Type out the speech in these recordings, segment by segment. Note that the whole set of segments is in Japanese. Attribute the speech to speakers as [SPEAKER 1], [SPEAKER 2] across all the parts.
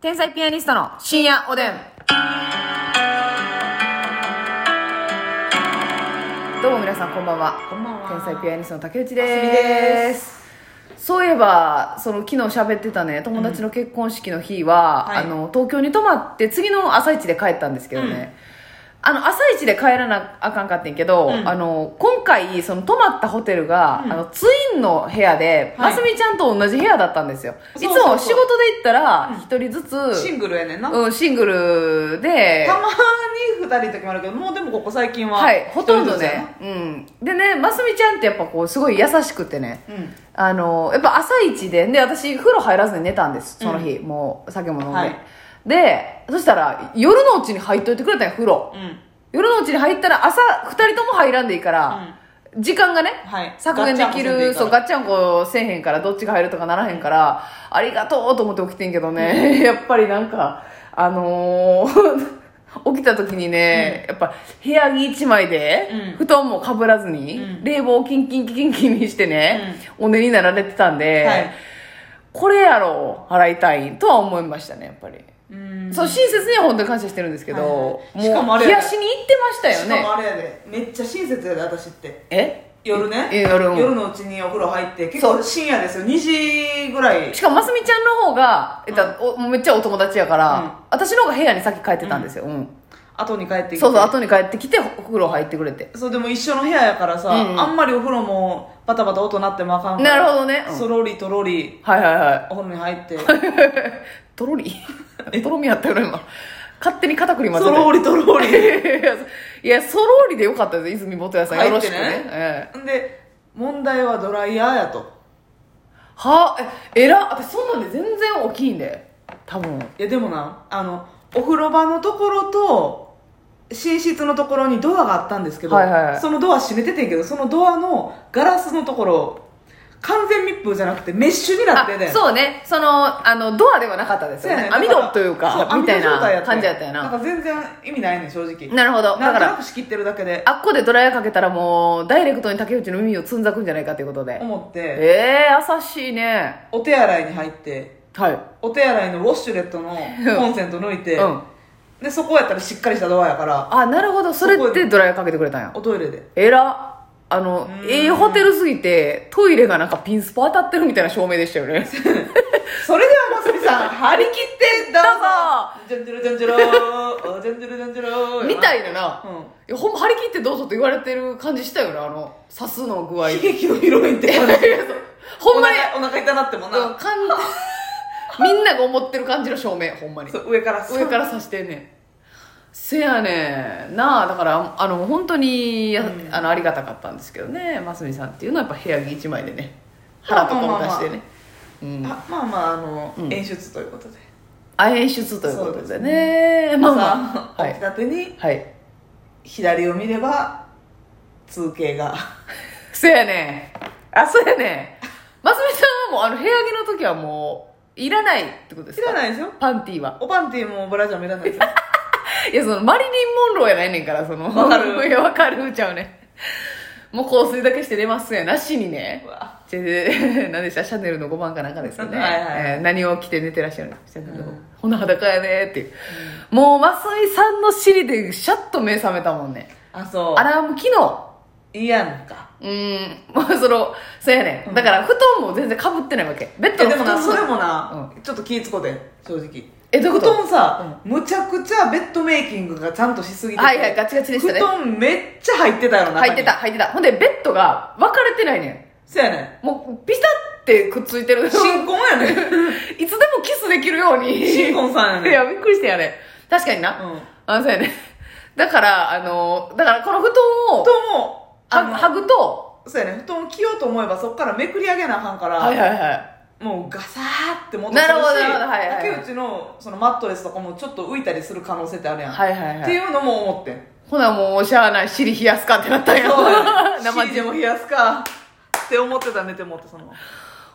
[SPEAKER 1] 天才ピアニストの深夜おでん。どうも皆さんこんばんは。
[SPEAKER 2] こんばんは
[SPEAKER 1] 天才ピアニストの竹内
[SPEAKER 2] あすみ
[SPEAKER 1] で。
[SPEAKER 2] です
[SPEAKER 1] そういえばその昨日喋ってたね友達の結婚式の日は、
[SPEAKER 2] はい
[SPEAKER 1] あの東京に泊まって次の朝一で帰ったんですけどね、あの朝一で帰らなあかんかってんけど、
[SPEAKER 2] うん
[SPEAKER 1] あの今回その泊まったホテルが、
[SPEAKER 2] うん
[SPEAKER 1] あのツインの部屋で、
[SPEAKER 2] はい
[SPEAKER 1] ますみちゃんと同じ部屋だったんですよいつ
[SPEAKER 2] そう
[SPEAKER 1] も
[SPEAKER 2] そうそう
[SPEAKER 1] 仕事で行ったら一人ずつ、
[SPEAKER 2] シングルやねんな、
[SPEAKER 1] うん、シングルで
[SPEAKER 2] た、まに2人の時もあるけどもうでもここ最近は
[SPEAKER 1] はい、ほとんど
[SPEAKER 2] 一人ずつや
[SPEAKER 1] ね、うん。でね、ますみちゃんってやっぱこう、すごい優しくてね、
[SPEAKER 2] なうん
[SPEAKER 1] あの、やっぱ朝一で、で、私、風呂入らずに寝たんです、その日。もう、酒も飲んで。
[SPEAKER 2] はい
[SPEAKER 1] で、そしたら、夜のうちに入っといてくれたんよ、風呂。
[SPEAKER 2] うん
[SPEAKER 1] 夜のうちに入ったら、朝、二人とも入らんでいいから、時間がね、
[SPEAKER 2] はい
[SPEAKER 1] 削減できる、そう、ガ
[SPEAKER 2] ガ
[SPEAKER 1] ッチャンコせえへんから、どっちが入るとかならへんから、ありがとうと思って起きてんけどね、やっぱりなんか、あのー起きた時にね、やっぱ部屋着一枚で、
[SPEAKER 2] う
[SPEAKER 1] 布
[SPEAKER 2] ん
[SPEAKER 1] 団もかぶらずに、
[SPEAKER 2] うん
[SPEAKER 1] 冷房をキンキンキンキンキンにしてね、お寝になられてたんで、
[SPEAKER 2] はい
[SPEAKER 1] これやろ払いたいとは思いましたねやっぱり、
[SPEAKER 2] うん
[SPEAKER 1] そう親切には本当に感謝してるんですけど、
[SPEAKER 2] はいはいしかも
[SPEAKER 1] も
[SPEAKER 2] あ
[SPEAKER 1] う
[SPEAKER 2] れ
[SPEAKER 1] 冷
[SPEAKER 2] や
[SPEAKER 1] や
[SPEAKER 2] ね
[SPEAKER 1] しに行ってましたよ
[SPEAKER 2] しか
[SPEAKER 1] ね
[SPEAKER 2] もあれやでめっちゃ親切やで私って
[SPEAKER 1] え
[SPEAKER 2] 夜ね
[SPEAKER 1] え夜も
[SPEAKER 2] のうちにお風呂入って結
[SPEAKER 1] そう
[SPEAKER 2] 構深夜ですよ2時ぐらい
[SPEAKER 1] しかもますみちゃんの方が、えっとおもうめっちゃお友達やから、
[SPEAKER 2] うん
[SPEAKER 1] 私の方が部屋に先帰ってたんですよ、うん
[SPEAKER 2] 後に帰ってきて
[SPEAKER 1] そうそう後に帰ってきてお風呂入ってくれて
[SPEAKER 2] そうでも一緒の部屋やからさ、
[SPEAKER 1] うんうん
[SPEAKER 2] あんまりお風呂もバタバタ音鳴ってもあかんか
[SPEAKER 1] な
[SPEAKER 2] ら
[SPEAKER 1] るほどね、うん
[SPEAKER 2] そろりとろり
[SPEAKER 1] はいはいはい
[SPEAKER 2] お風呂に 入って
[SPEAKER 1] とろりとろみやったよな今勝手に片栗混ぜ
[SPEAKER 2] そろりとろり
[SPEAKER 1] ていやそろりでよかったです泉元屋さんよろしくね
[SPEAKER 2] 入ってね
[SPEAKER 1] ええ
[SPEAKER 2] んで問題はドライヤーやと
[SPEAKER 1] はあええら私そんなんで全然大きいんで多分
[SPEAKER 2] いやでもなあのお風呂場のところと寝室のところにドアがあったんですけど、
[SPEAKER 1] はいはいはい
[SPEAKER 2] そのドア閉めててんけどそのドアのガラスのところ完全密封じゃなくてメッシュにな
[SPEAKER 1] あ
[SPEAKER 2] ってね
[SPEAKER 1] そうねそのあのドアではなかったです
[SPEAKER 2] そう
[SPEAKER 1] よ
[SPEAKER 2] や
[SPEAKER 1] ね
[SPEAKER 2] ねだ
[SPEAKER 1] 網
[SPEAKER 2] ら
[SPEAKER 1] 戸という
[SPEAKER 2] そ
[SPEAKER 1] かみたい
[SPEAKER 2] 網戸状態
[SPEAKER 1] な
[SPEAKER 2] て
[SPEAKER 1] 感じやったよ
[SPEAKER 2] なん
[SPEAKER 1] な
[SPEAKER 2] か全然意味ないねん正直
[SPEAKER 1] なるほどだ
[SPEAKER 2] な
[SPEAKER 1] か
[SPEAKER 2] んとな
[SPEAKER 1] ら
[SPEAKER 2] く仕切ってるだけで
[SPEAKER 1] あっこでドライヤーかけたらもうダイレクトに竹内の耳をつんざくんじゃないかということで
[SPEAKER 2] 思って
[SPEAKER 1] ええ優しいね
[SPEAKER 2] お手洗いに入って
[SPEAKER 1] はい
[SPEAKER 2] お手洗いのウォッシュレットのコンセント抜いて、
[SPEAKER 1] うん
[SPEAKER 2] でそこやったらしっかりしたドアやから
[SPEAKER 1] あなるほどそれってドライヤーかけてくれたんや
[SPEAKER 2] おトイレで
[SPEAKER 1] えらあの
[SPEAKER 2] うん
[SPEAKER 1] ええホテルすぎてトイレがなんかピンスポ当たってるみたいな照明でしたよね
[SPEAKER 2] それではますみ さん張り切ってどう
[SPEAKER 1] ど
[SPEAKER 2] ぞじゃんじゅるじゃんじゅろ ーおじゃんじゅるじゃんじゅろー
[SPEAKER 1] みたい
[SPEAKER 2] な
[SPEAKER 1] なな
[SPEAKER 2] うん
[SPEAKER 1] いやほんま張り切ってどうぞって言われてる感じしたよねあの刺すの具合
[SPEAKER 2] 悲劇のヒロインって感じ
[SPEAKER 1] ほんまに
[SPEAKER 2] お腹お腹痛なっても
[SPEAKER 1] うん
[SPEAKER 2] な、
[SPEAKER 1] 感じ みんなが思ってる感じの照明ほんまに
[SPEAKER 2] そう上から
[SPEAKER 1] 上から刺してんねんせやねんなあだからあの本当にやあのありがたかったんですけどねますみさんっていうのはやっぱ部屋着一枚でね腹とかも出してねうん
[SPEAKER 2] あまあまああの、
[SPEAKER 1] うん
[SPEAKER 2] 演出ということで
[SPEAKER 1] あ演出ということでねまあまあ
[SPEAKER 2] 朝
[SPEAKER 1] は
[SPEAKER 2] 起き
[SPEAKER 1] い、
[SPEAKER 2] たてに
[SPEAKER 1] はい、
[SPEAKER 2] 左を見れば通景が
[SPEAKER 1] せやねんあそうやねんますみさんはもうあの部屋着の時はもういらないってことです
[SPEAKER 2] 知
[SPEAKER 1] から
[SPEAKER 2] ないですよ
[SPEAKER 1] パンティーは
[SPEAKER 2] おパンティーもブラジャーもいらないですよ
[SPEAKER 1] いや、その、マリリン・モンローやないねんから、その、
[SPEAKER 2] わ かる
[SPEAKER 1] いや、わかる、ちゃうね。もう香水だけして寝ますやなしにね
[SPEAKER 2] う。わ
[SPEAKER 1] じゃ、で何でしたシャネルの5番かなんかですよね。
[SPEAKER 2] はいはい
[SPEAKER 1] えー何を着て寝てらっしゃるのシャネルの
[SPEAKER 2] うん
[SPEAKER 1] ほな裸やねっていう。もう、マスイさんの尻でシャッと目覚めたもんね。
[SPEAKER 2] あそう
[SPEAKER 1] アラーム機能。
[SPEAKER 2] いいやんか
[SPEAKER 1] うーん、 まあその、そうやね。
[SPEAKER 2] うんん
[SPEAKER 1] だから、布団も全然被ってないわけ。ベッ
[SPEAKER 2] い
[SPEAKER 1] ド
[SPEAKER 2] や
[SPEAKER 1] の布
[SPEAKER 2] でも
[SPEAKER 1] 団
[SPEAKER 2] なそれ
[SPEAKER 1] も。
[SPEAKER 2] もな、ちょっと気ぃつこうで正直
[SPEAKER 1] え、どういう
[SPEAKER 2] 布
[SPEAKER 1] こと
[SPEAKER 2] 団さ、むちゃくちゃベッドメイキングがちゃんとしすぎてて
[SPEAKER 1] はいはいガチガチでしたね
[SPEAKER 2] 布団めっちゃ入ってたよな
[SPEAKER 1] 入ってた、入ってた。ほんで、ベッドが分かれてないねん。
[SPEAKER 2] そうやね
[SPEAKER 1] もうピタってくっついてるいつ で
[SPEAKER 2] 新婚や ね
[SPEAKER 1] もキスできるように
[SPEAKER 2] 新婚さんやね
[SPEAKER 1] いやびっくりしてやれ確かにな、
[SPEAKER 2] うん
[SPEAKER 1] あそうやね だからあのだからこの布団を
[SPEAKER 2] 布団もあ
[SPEAKER 1] は
[SPEAKER 2] の
[SPEAKER 1] はぐと
[SPEAKER 2] そうやね布団を着ようと思えばそこからめくり上げなあかんから、
[SPEAKER 1] はいはいはい
[SPEAKER 2] もうガサーって持って
[SPEAKER 1] なるほどなるほどはいはいはい
[SPEAKER 2] 竹内のそのマットレスとかもちょっと浮いたりする可能性ってあるやん、
[SPEAKER 1] はいはい
[SPEAKER 2] っ
[SPEAKER 1] は
[SPEAKER 2] て
[SPEAKER 1] い
[SPEAKER 2] いうのも思ってん
[SPEAKER 1] ほなもうしゃあない尻冷やすかってな ったんや
[SPEAKER 2] そうやね
[SPEAKER 1] 生
[SPEAKER 2] 尻で
[SPEAKER 1] 地
[SPEAKER 2] も冷やすかって思ってた寝てもってその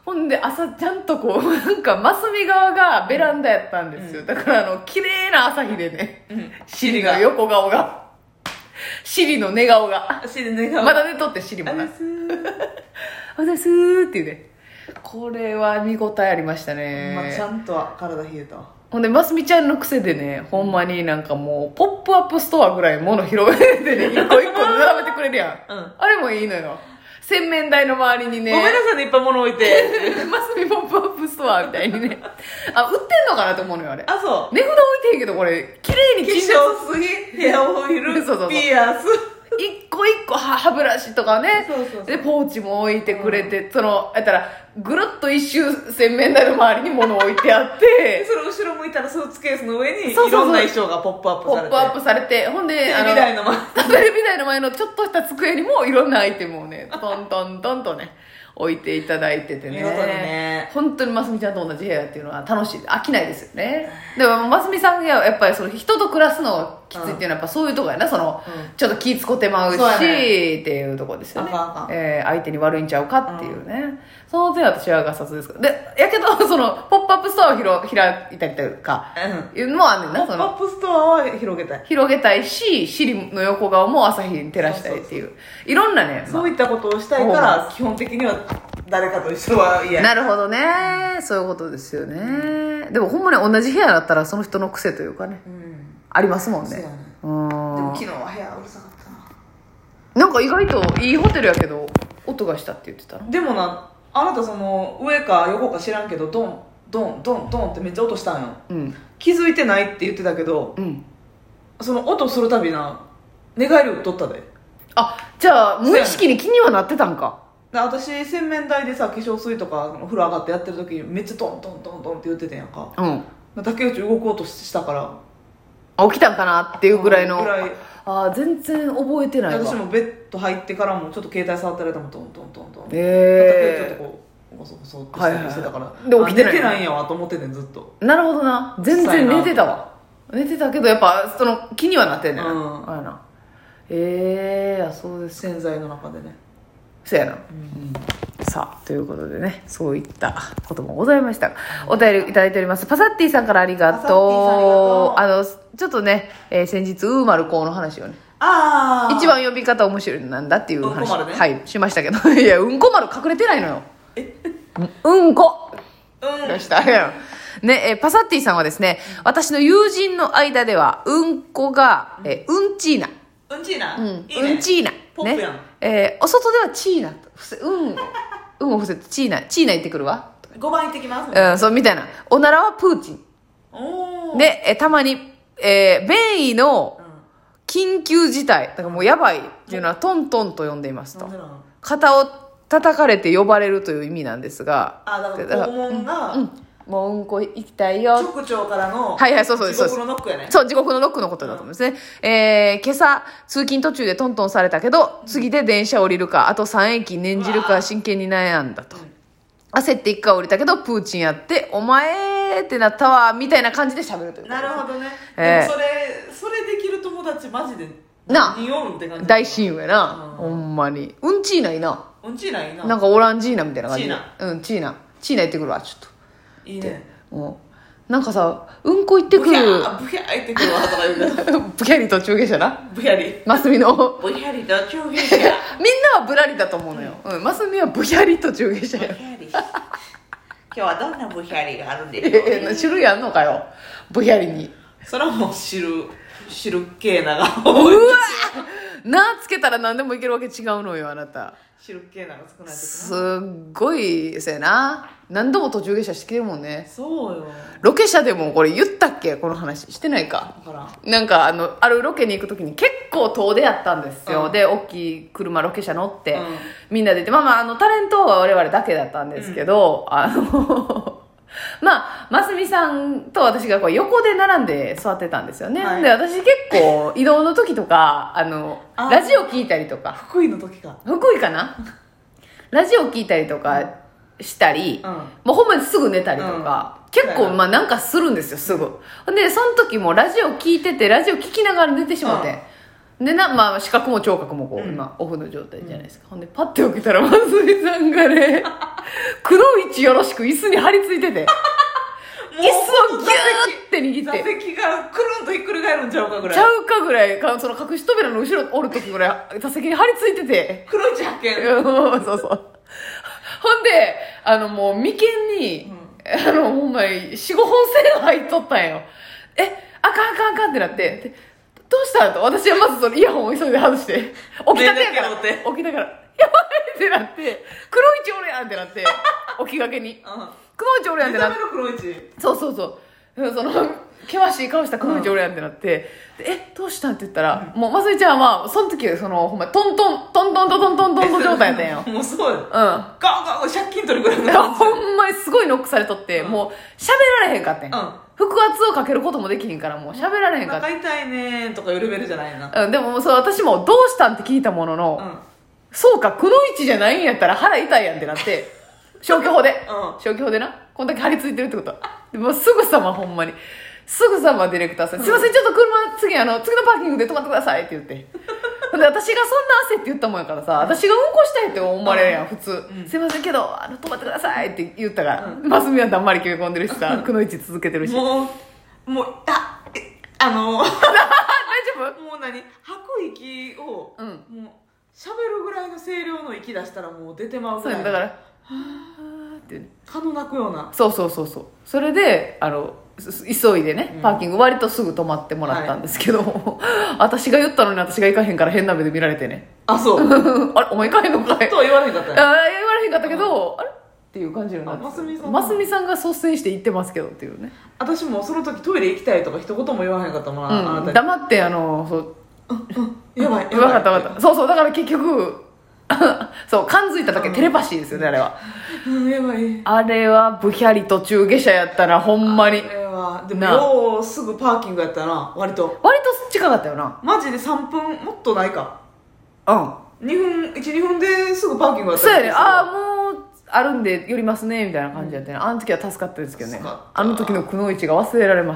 [SPEAKER 1] ほんで朝ちゃんとこうなんかマスミ側がベランダやったんですよ、
[SPEAKER 2] うん
[SPEAKER 1] だからあの綺麗な朝日でね
[SPEAKER 2] うん
[SPEAKER 1] 尻の横顔が尻の寝顔が
[SPEAKER 2] 尻ね
[SPEAKER 1] まだ寝とって尻も
[SPEAKER 2] あ
[SPEAKER 1] な
[SPEAKER 2] れすー
[SPEAKER 1] おはようございますーって言うね。これは見応えありましたね、
[SPEAKER 2] まあ、ちゃんとは体冷えたわ
[SPEAKER 1] ほんでますみちゃんの癖でねほんまになんかもうポップアップストアぐらい物広げて ね一個一個並べてくれるやん、
[SPEAKER 2] うん
[SPEAKER 1] あれもいいのよ洗面台の周りにね
[SPEAKER 2] ごめんなさいねいっぱい物置 いて
[SPEAKER 1] ますみポップアップストアみたいにねあ売ってんのかなと思うのよあれ
[SPEAKER 2] あそう
[SPEAKER 1] 値札置いてんけどこれ綺麗に
[SPEAKER 2] 化
[SPEAKER 1] 陳列
[SPEAKER 2] 粧水ヘアオイル
[SPEAKER 1] そうそうそう
[SPEAKER 2] ピアス
[SPEAKER 1] 一個一個歯歯ブラシとかね
[SPEAKER 2] そうそうそう
[SPEAKER 1] でポーチも置いてくれて、そのやったらぐるっと一周洗面台の周りに物置いてあっ
[SPEAKER 2] で
[SPEAKER 1] て
[SPEAKER 2] それ後ろ向いたらスーツケースの上にい
[SPEAKER 1] そうそうそう
[SPEAKER 2] ろんな衣装がポップアップ
[SPEAKER 1] ポ
[SPEAKER 2] され
[SPEAKER 1] ッ
[SPEAKER 2] て
[SPEAKER 1] プアップされてほんで
[SPEAKER 2] テ
[SPEAKER 1] あ
[SPEAKER 2] レビ台の前
[SPEAKER 1] テレビ台の前のちょっとした机にもいろんなアイテムを ねトントントンとね置いていただいててね
[SPEAKER 2] 見事にね
[SPEAKER 1] 本当にますみちゃんと同じ部屋っていうのは楽しい飽きないですよねでもますみさんがやっぱりその人と暮らすのがきついっていうのはやっぱそういうとこやなその、
[SPEAKER 2] うん
[SPEAKER 1] ちょっと気使ってまうし
[SPEAKER 2] そうやね
[SPEAKER 1] っていうとこですよね
[SPEAKER 2] あかんあかん
[SPEAKER 1] えー相手に悪いんちゃうかっていうね、その点は私はがさつですけどでやけどそのポップアップストアをひろ開いたりとか
[SPEAKER 2] うん
[SPEAKER 1] いうのもあんねんなその
[SPEAKER 2] ポップアップストアは広げたい
[SPEAKER 1] 広げたいし尻の横顔も朝日に照らしたいっていういろんなね、まあ
[SPEAKER 2] そういったことをしたいから基本的には誰かと一緒は嫌
[SPEAKER 1] なるほどねそういうことですよね、でもほんまに同じ部屋だったらその人の癖というかね
[SPEAKER 2] うん
[SPEAKER 1] ありますもんね
[SPEAKER 2] そうやね
[SPEAKER 1] うん
[SPEAKER 2] でも昨日は部屋うるさかったな
[SPEAKER 1] なんか意外といいホテルやけど音がしたって言ってたの
[SPEAKER 2] でもなあなたその上か横か知らんけどドンドンドンドンってめっちゃ音したんよ
[SPEAKER 1] うん
[SPEAKER 2] 気づいてないって言ってたけど
[SPEAKER 1] うん
[SPEAKER 2] その音するたびな寝返り打っとったで
[SPEAKER 1] あじゃあ無意識に気にはなってたんか
[SPEAKER 2] で私洗面台でさ化粧水とかお風呂上がってやってる時にめっちゃドンドンドンドンって言ってたやんか
[SPEAKER 1] うん
[SPEAKER 2] 竹内動こうとしたから
[SPEAKER 1] あ起きたんかなっていうぐらいの、
[SPEAKER 2] ぐらい
[SPEAKER 1] あー全然覚えてないわ
[SPEAKER 2] 私もベッド入ってからもちょっと携帯触ってられたもドンドンドンドンって竹内
[SPEAKER 1] え
[SPEAKER 2] ちょっとこうゴソゴソってしたりしてたから、
[SPEAKER 1] はいはいはいで起きてない
[SPEAKER 2] あ寝てないんやわと思ってんねんずっと
[SPEAKER 1] なるほどな全
[SPEAKER 2] 臭い
[SPEAKER 1] 然
[SPEAKER 2] な
[SPEAKER 1] 寝てたわ寝てたけどやっぱその気にはなってんねん、
[SPEAKER 2] うん
[SPEAKER 1] あやなええー、あそうです
[SPEAKER 2] 洗剤の中でね
[SPEAKER 1] そうやな、うんさあということでねそういったこともございましたがお便りいただいておりますパサッティさんからありがとう
[SPEAKER 2] パサッティさんあ
[SPEAKER 1] あのちょっとね、えー先日ウーマルコーの話をね
[SPEAKER 2] ああ
[SPEAKER 1] 一番呼び方面白いなんだっていう
[SPEAKER 2] うん
[SPEAKER 1] 話、
[SPEAKER 2] こ丸ね
[SPEAKER 1] はいしましたけど いやうんこ丸隠れてないのようんうん こ
[SPEAKER 2] うん
[SPEAKER 1] 出したやんね、えーパサッティさんはですね、私の友人の間では、うんこが、えーうんちーな。
[SPEAKER 2] うんちいな、
[SPEAKER 1] うん、
[SPEAKER 2] いいね
[SPEAKER 1] うんちーな。
[SPEAKER 2] ポップやん
[SPEAKER 1] ね、えーお外ではチーナと。ふせうんを、うんを伏せて、チーナ、チーナ行ってくるわ。
[SPEAKER 2] 5番行ってきます、
[SPEAKER 1] うん、そう、みたいな。おならはプーチン。
[SPEAKER 2] おお、
[SPEAKER 1] で、えーたまに、えー便意の
[SPEAKER 2] うん、
[SPEAKER 1] 緊急事態。だからもうやばいっていうのは、トントンと呼んでいます
[SPEAKER 2] な
[SPEAKER 1] と
[SPEAKER 2] んで。なの
[SPEAKER 1] 肩を叩かれて呼ばれるという意味なんですが。
[SPEAKER 2] あだから肛門が、
[SPEAKER 1] うん、もううんこ行きたいよ
[SPEAKER 2] 直腸からの
[SPEAKER 1] はいはいそうそうです
[SPEAKER 2] 地獄のノックやね
[SPEAKER 1] そう、地獄のノックのことだと思うんですね。えー、今朝、通勤途中でトントンされたけど、次で電車降りるか、あと3駅念じる
[SPEAKER 2] うわ
[SPEAKER 1] か
[SPEAKER 2] ー
[SPEAKER 1] 真剣に悩んだと。焦って1回降りたけど、プーチンやって、お前ってなったわ、みたいな感じで喋るという。
[SPEAKER 2] なるほどね、
[SPEAKER 1] ええ
[SPEAKER 2] でもそれそれできる友達マジで
[SPEAKER 1] なあ
[SPEAKER 2] 何おるって感じ
[SPEAKER 1] 大親友やな、
[SPEAKER 2] う
[SPEAKER 1] ほんまに。うんちーないな。
[SPEAKER 2] うんちいないな
[SPEAKER 1] なんかオランジーナみたいな感じで
[SPEAKER 2] チー
[SPEAKER 1] うん、チーナ。チーナ行ってくるわ、ちょっ
[SPEAKER 2] いいね
[SPEAKER 1] と。うん。なんかさ、うんこ行ってくる。
[SPEAKER 2] ブヒャー入ってくるわとか言うけど
[SPEAKER 1] ブキャリと中下車な。
[SPEAKER 2] ブヒャリ
[SPEAKER 1] マスミの。
[SPEAKER 2] ブヒャリと中下車
[SPEAKER 1] みんなはぶらりだと思うのよ、うんマスミはぶひゃりと中下車
[SPEAKER 2] ブヒ
[SPEAKER 1] や
[SPEAKER 2] ャリ今日はどんなブヒャリがあるんでしょ う
[SPEAKER 1] ええ種類あんのかよぶひゃりに
[SPEAKER 2] それはもう汁汁系なが
[SPEAKER 1] う
[SPEAKER 2] 多い
[SPEAKER 1] わなあつけたら何でもいけるわけ違うのよあなた
[SPEAKER 2] 汁系なが少ない時
[SPEAKER 1] す
[SPEAKER 2] な
[SPEAKER 1] っごいせやな何度も途中下車してきてるもんね
[SPEAKER 2] そうよ
[SPEAKER 1] ロケ車でもこれ言ったっけこの話してないか
[SPEAKER 2] だからん
[SPEAKER 1] なんかあのあるロケに行く時に結構遠出やったんですよ、
[SPEAKER 2] うん
[SPEAKER 1] で大きい車ロケ車乗って、
[SPEAKER 2] うん
[SPEAKER 1] みんなで行ってまあまああのタレントは我々だけだったんですけど、あの まあますみさんと私がこう横で並んで座ってたんですよね、
[SPEAKER 2] はい
[SPEAKER 1] で私結構移動の時とかあの
[SPEAKER 2] あー
[SPEAKER 1] ラジオ聞いたりとか
[SPEAKER 2] 福井の時か
[SPEAKER 1] 福井かなラジオ聞いたりとかしたり、
[SPEAKER 2] うん
[SPEAKER 1] もうほんまにすぐ寝たりとか、
[SPEAKER 2] うん
[SPEAKER 1] 結構まあなんかするんですよすぐでその時もラジオ聞いててラジオ聞きながら寝てしまって、でなまあ視覚も聴覚もこう、
[SPEAKER 2] うん
[SPEAKER 1] 今オフの状態じゃないですか、ほんでパッて起きたら松井さんがね くのいちよろしく椅子に張り付いて て椅子をギューって握
[SPEAKER 2] 座
[SPEAKER 1] って
[SPEAKER 2] 席がくるんとひっくり返るんちゃうかぐら
[SPEAKER 1] ち
[SPEAKER 2] い
[SPEAKER 1] ゃうかぐらいかその隠し扉の後ろおる時ぐらい座席に張り付いてて
[SPEAKER 2] 黒いち発見
[SPEAKER 1] うんそうそう。ほんであのもう眉間に、あのほんまに45本線入っとったんよえあかんあかんあかんってなってでどうしたと私はまずそのイヤホンを急いで外して起きたてやから
[SPEAKER 2] 目だけ追って
[SPEAKER 1] 起きたからやばいってなって黒いチおるやんってなって起きがけに黒いチおるやんっ
[SPEAKER 2] 目
[SPEAKER 1] てなっ
[SPEAKER 2] 覚
[SPEAKER 1] て
[SPEAKER 2] めの黒いち
[SPEAKER 1] そうそうそうその険しい顔した彼女おるやんってなって「でえどうしたん?」って言ったら、もうまつりちゃんはその時そのほんまトントントントントントントントン状態やったんよ
[SPEAKER 2] もうそうや
[SPEAKER 1] う
[SPEAKER 2] ガンガン借金取るぐらいの
[SPEAKER 1] ん
[SPEAKER 2] 感じ
[SPEAKER 1] ほんまにすごいノックされとって、
[SPEAKER 2] うん
[SPEAKER 1] もう喋られへんかってん、
[SPEAKER 2] うん
[SPEAKER 1] 腹圧をかけることもできひんからもう喋られへん
[SPEAKER 2] お
[SPEAKER 1] かっ
[SPEAKER 2] 腹痛いねーとかいうレベルじゃないな
[SPEAKER 1] た、うん、でももうそう私も「どうしたん?」って聞いたものの「
[SPEAKER 2] うん
[SPEAKER 1] そうかくのいちじゃないんやったら腹痛いやん」ってな って消去法で、
[SPEAKER 2] うん
[SPEAKER 1] 消去法でなこんだけ張り付いてるってことでもうすぐさまほんまにすぐさまディレクターさん「すいませんちょっと車次あの次のパーキングで止まってください」って言 ってほんで私がそんな汗って言ったもんやからさ私がうんこしたいって思われるやん普通、すいませんけどあの止まってくださいって言ったから、マスミはだんまり決め込んでるしさくのいち続けてるし大丈
[SPEAKER 2] もうもうあえあのー
[SPEAKER 1] 夫
[SPEAKER 2] もう何吐く息を、
[SPEAKER 1] うん
[SPEAKER 2] もう喋るぐらいの声量の息出したらもう出てまう
[SPEAKER 1] そ
[SPEAKER 2] ぐ
[SPEAKER 1] う
[SPEAKER 2] ら
[SPEAKER 1] やね
[SPEAKER 2] い
[SPEAKER 1] だから「はーってね
[SPEAKER 2] 蚊の鳴くような
[SPEAKER 1] そうそうそうそうそれであのす急いでねパーキング割とすぐ止まってもらったんですけど、 私が言ったのに私が行かへんから変な目で見られてね
[SPEAKER 2] あそう
[SPEAKER 1] あれお前行かへんのかい
[SPEAKER 2] とは言われへんかっ
[SPEAKER 1] あ
[SPEAKER 2] た
[SPEAKER 1] ー
[SPEAKER 2] ね
[SPEAKER 1] 言われへんかったけど、あれっていう感じになって
[SPEAKER 2] あますみさんが
[SPEAKER 1] ますみさんが率先して行ってますけどっていうね、
[SPEAKER 2] 私もその時トイレ行きたいとか一言も言わへんかったもん、
[SPEAKER 1] う
[SPEAKER 2] あ
[SPEAKER 1] ん、
[SPEAKER 2] なたに
[SPEAKER 1] 黙ってあのそう
[SPEAKER 2] やばいやばい
[SPEAKER 1] 分かった分かったそうそうだから結局 そう感づいただけ
[SPEAKER 2] うん
[SPEAKER 1] テレパシーですよねあれは
[SPEAKER 2] うんやばい
[SPEAKER 1] あれはブヒャリ途中下車やったなほんまに
[SPEAKER 2] これはでも
[SPEAKER 1] なあ
[SPEAKER 2] ようすぐパーキングやったな割と
[SPEAKER 1] 割と近かったよな
[SPEAKER 2] マジで3分もっとないか
[SPEAKER 1] うん
[SPEAKER 2] 2分12分ですぐパーキングやった
[SPEAKER 1] そうやねあ
[SPEAKER 2] あ
[SPEAKER 1] あもうあるんで寄りますねみたいな感じやったね、あの時は助かったですけどね
[SPEAKER 2] 助かった
[SPEAKER 1] あの時のくのいちが忘れられます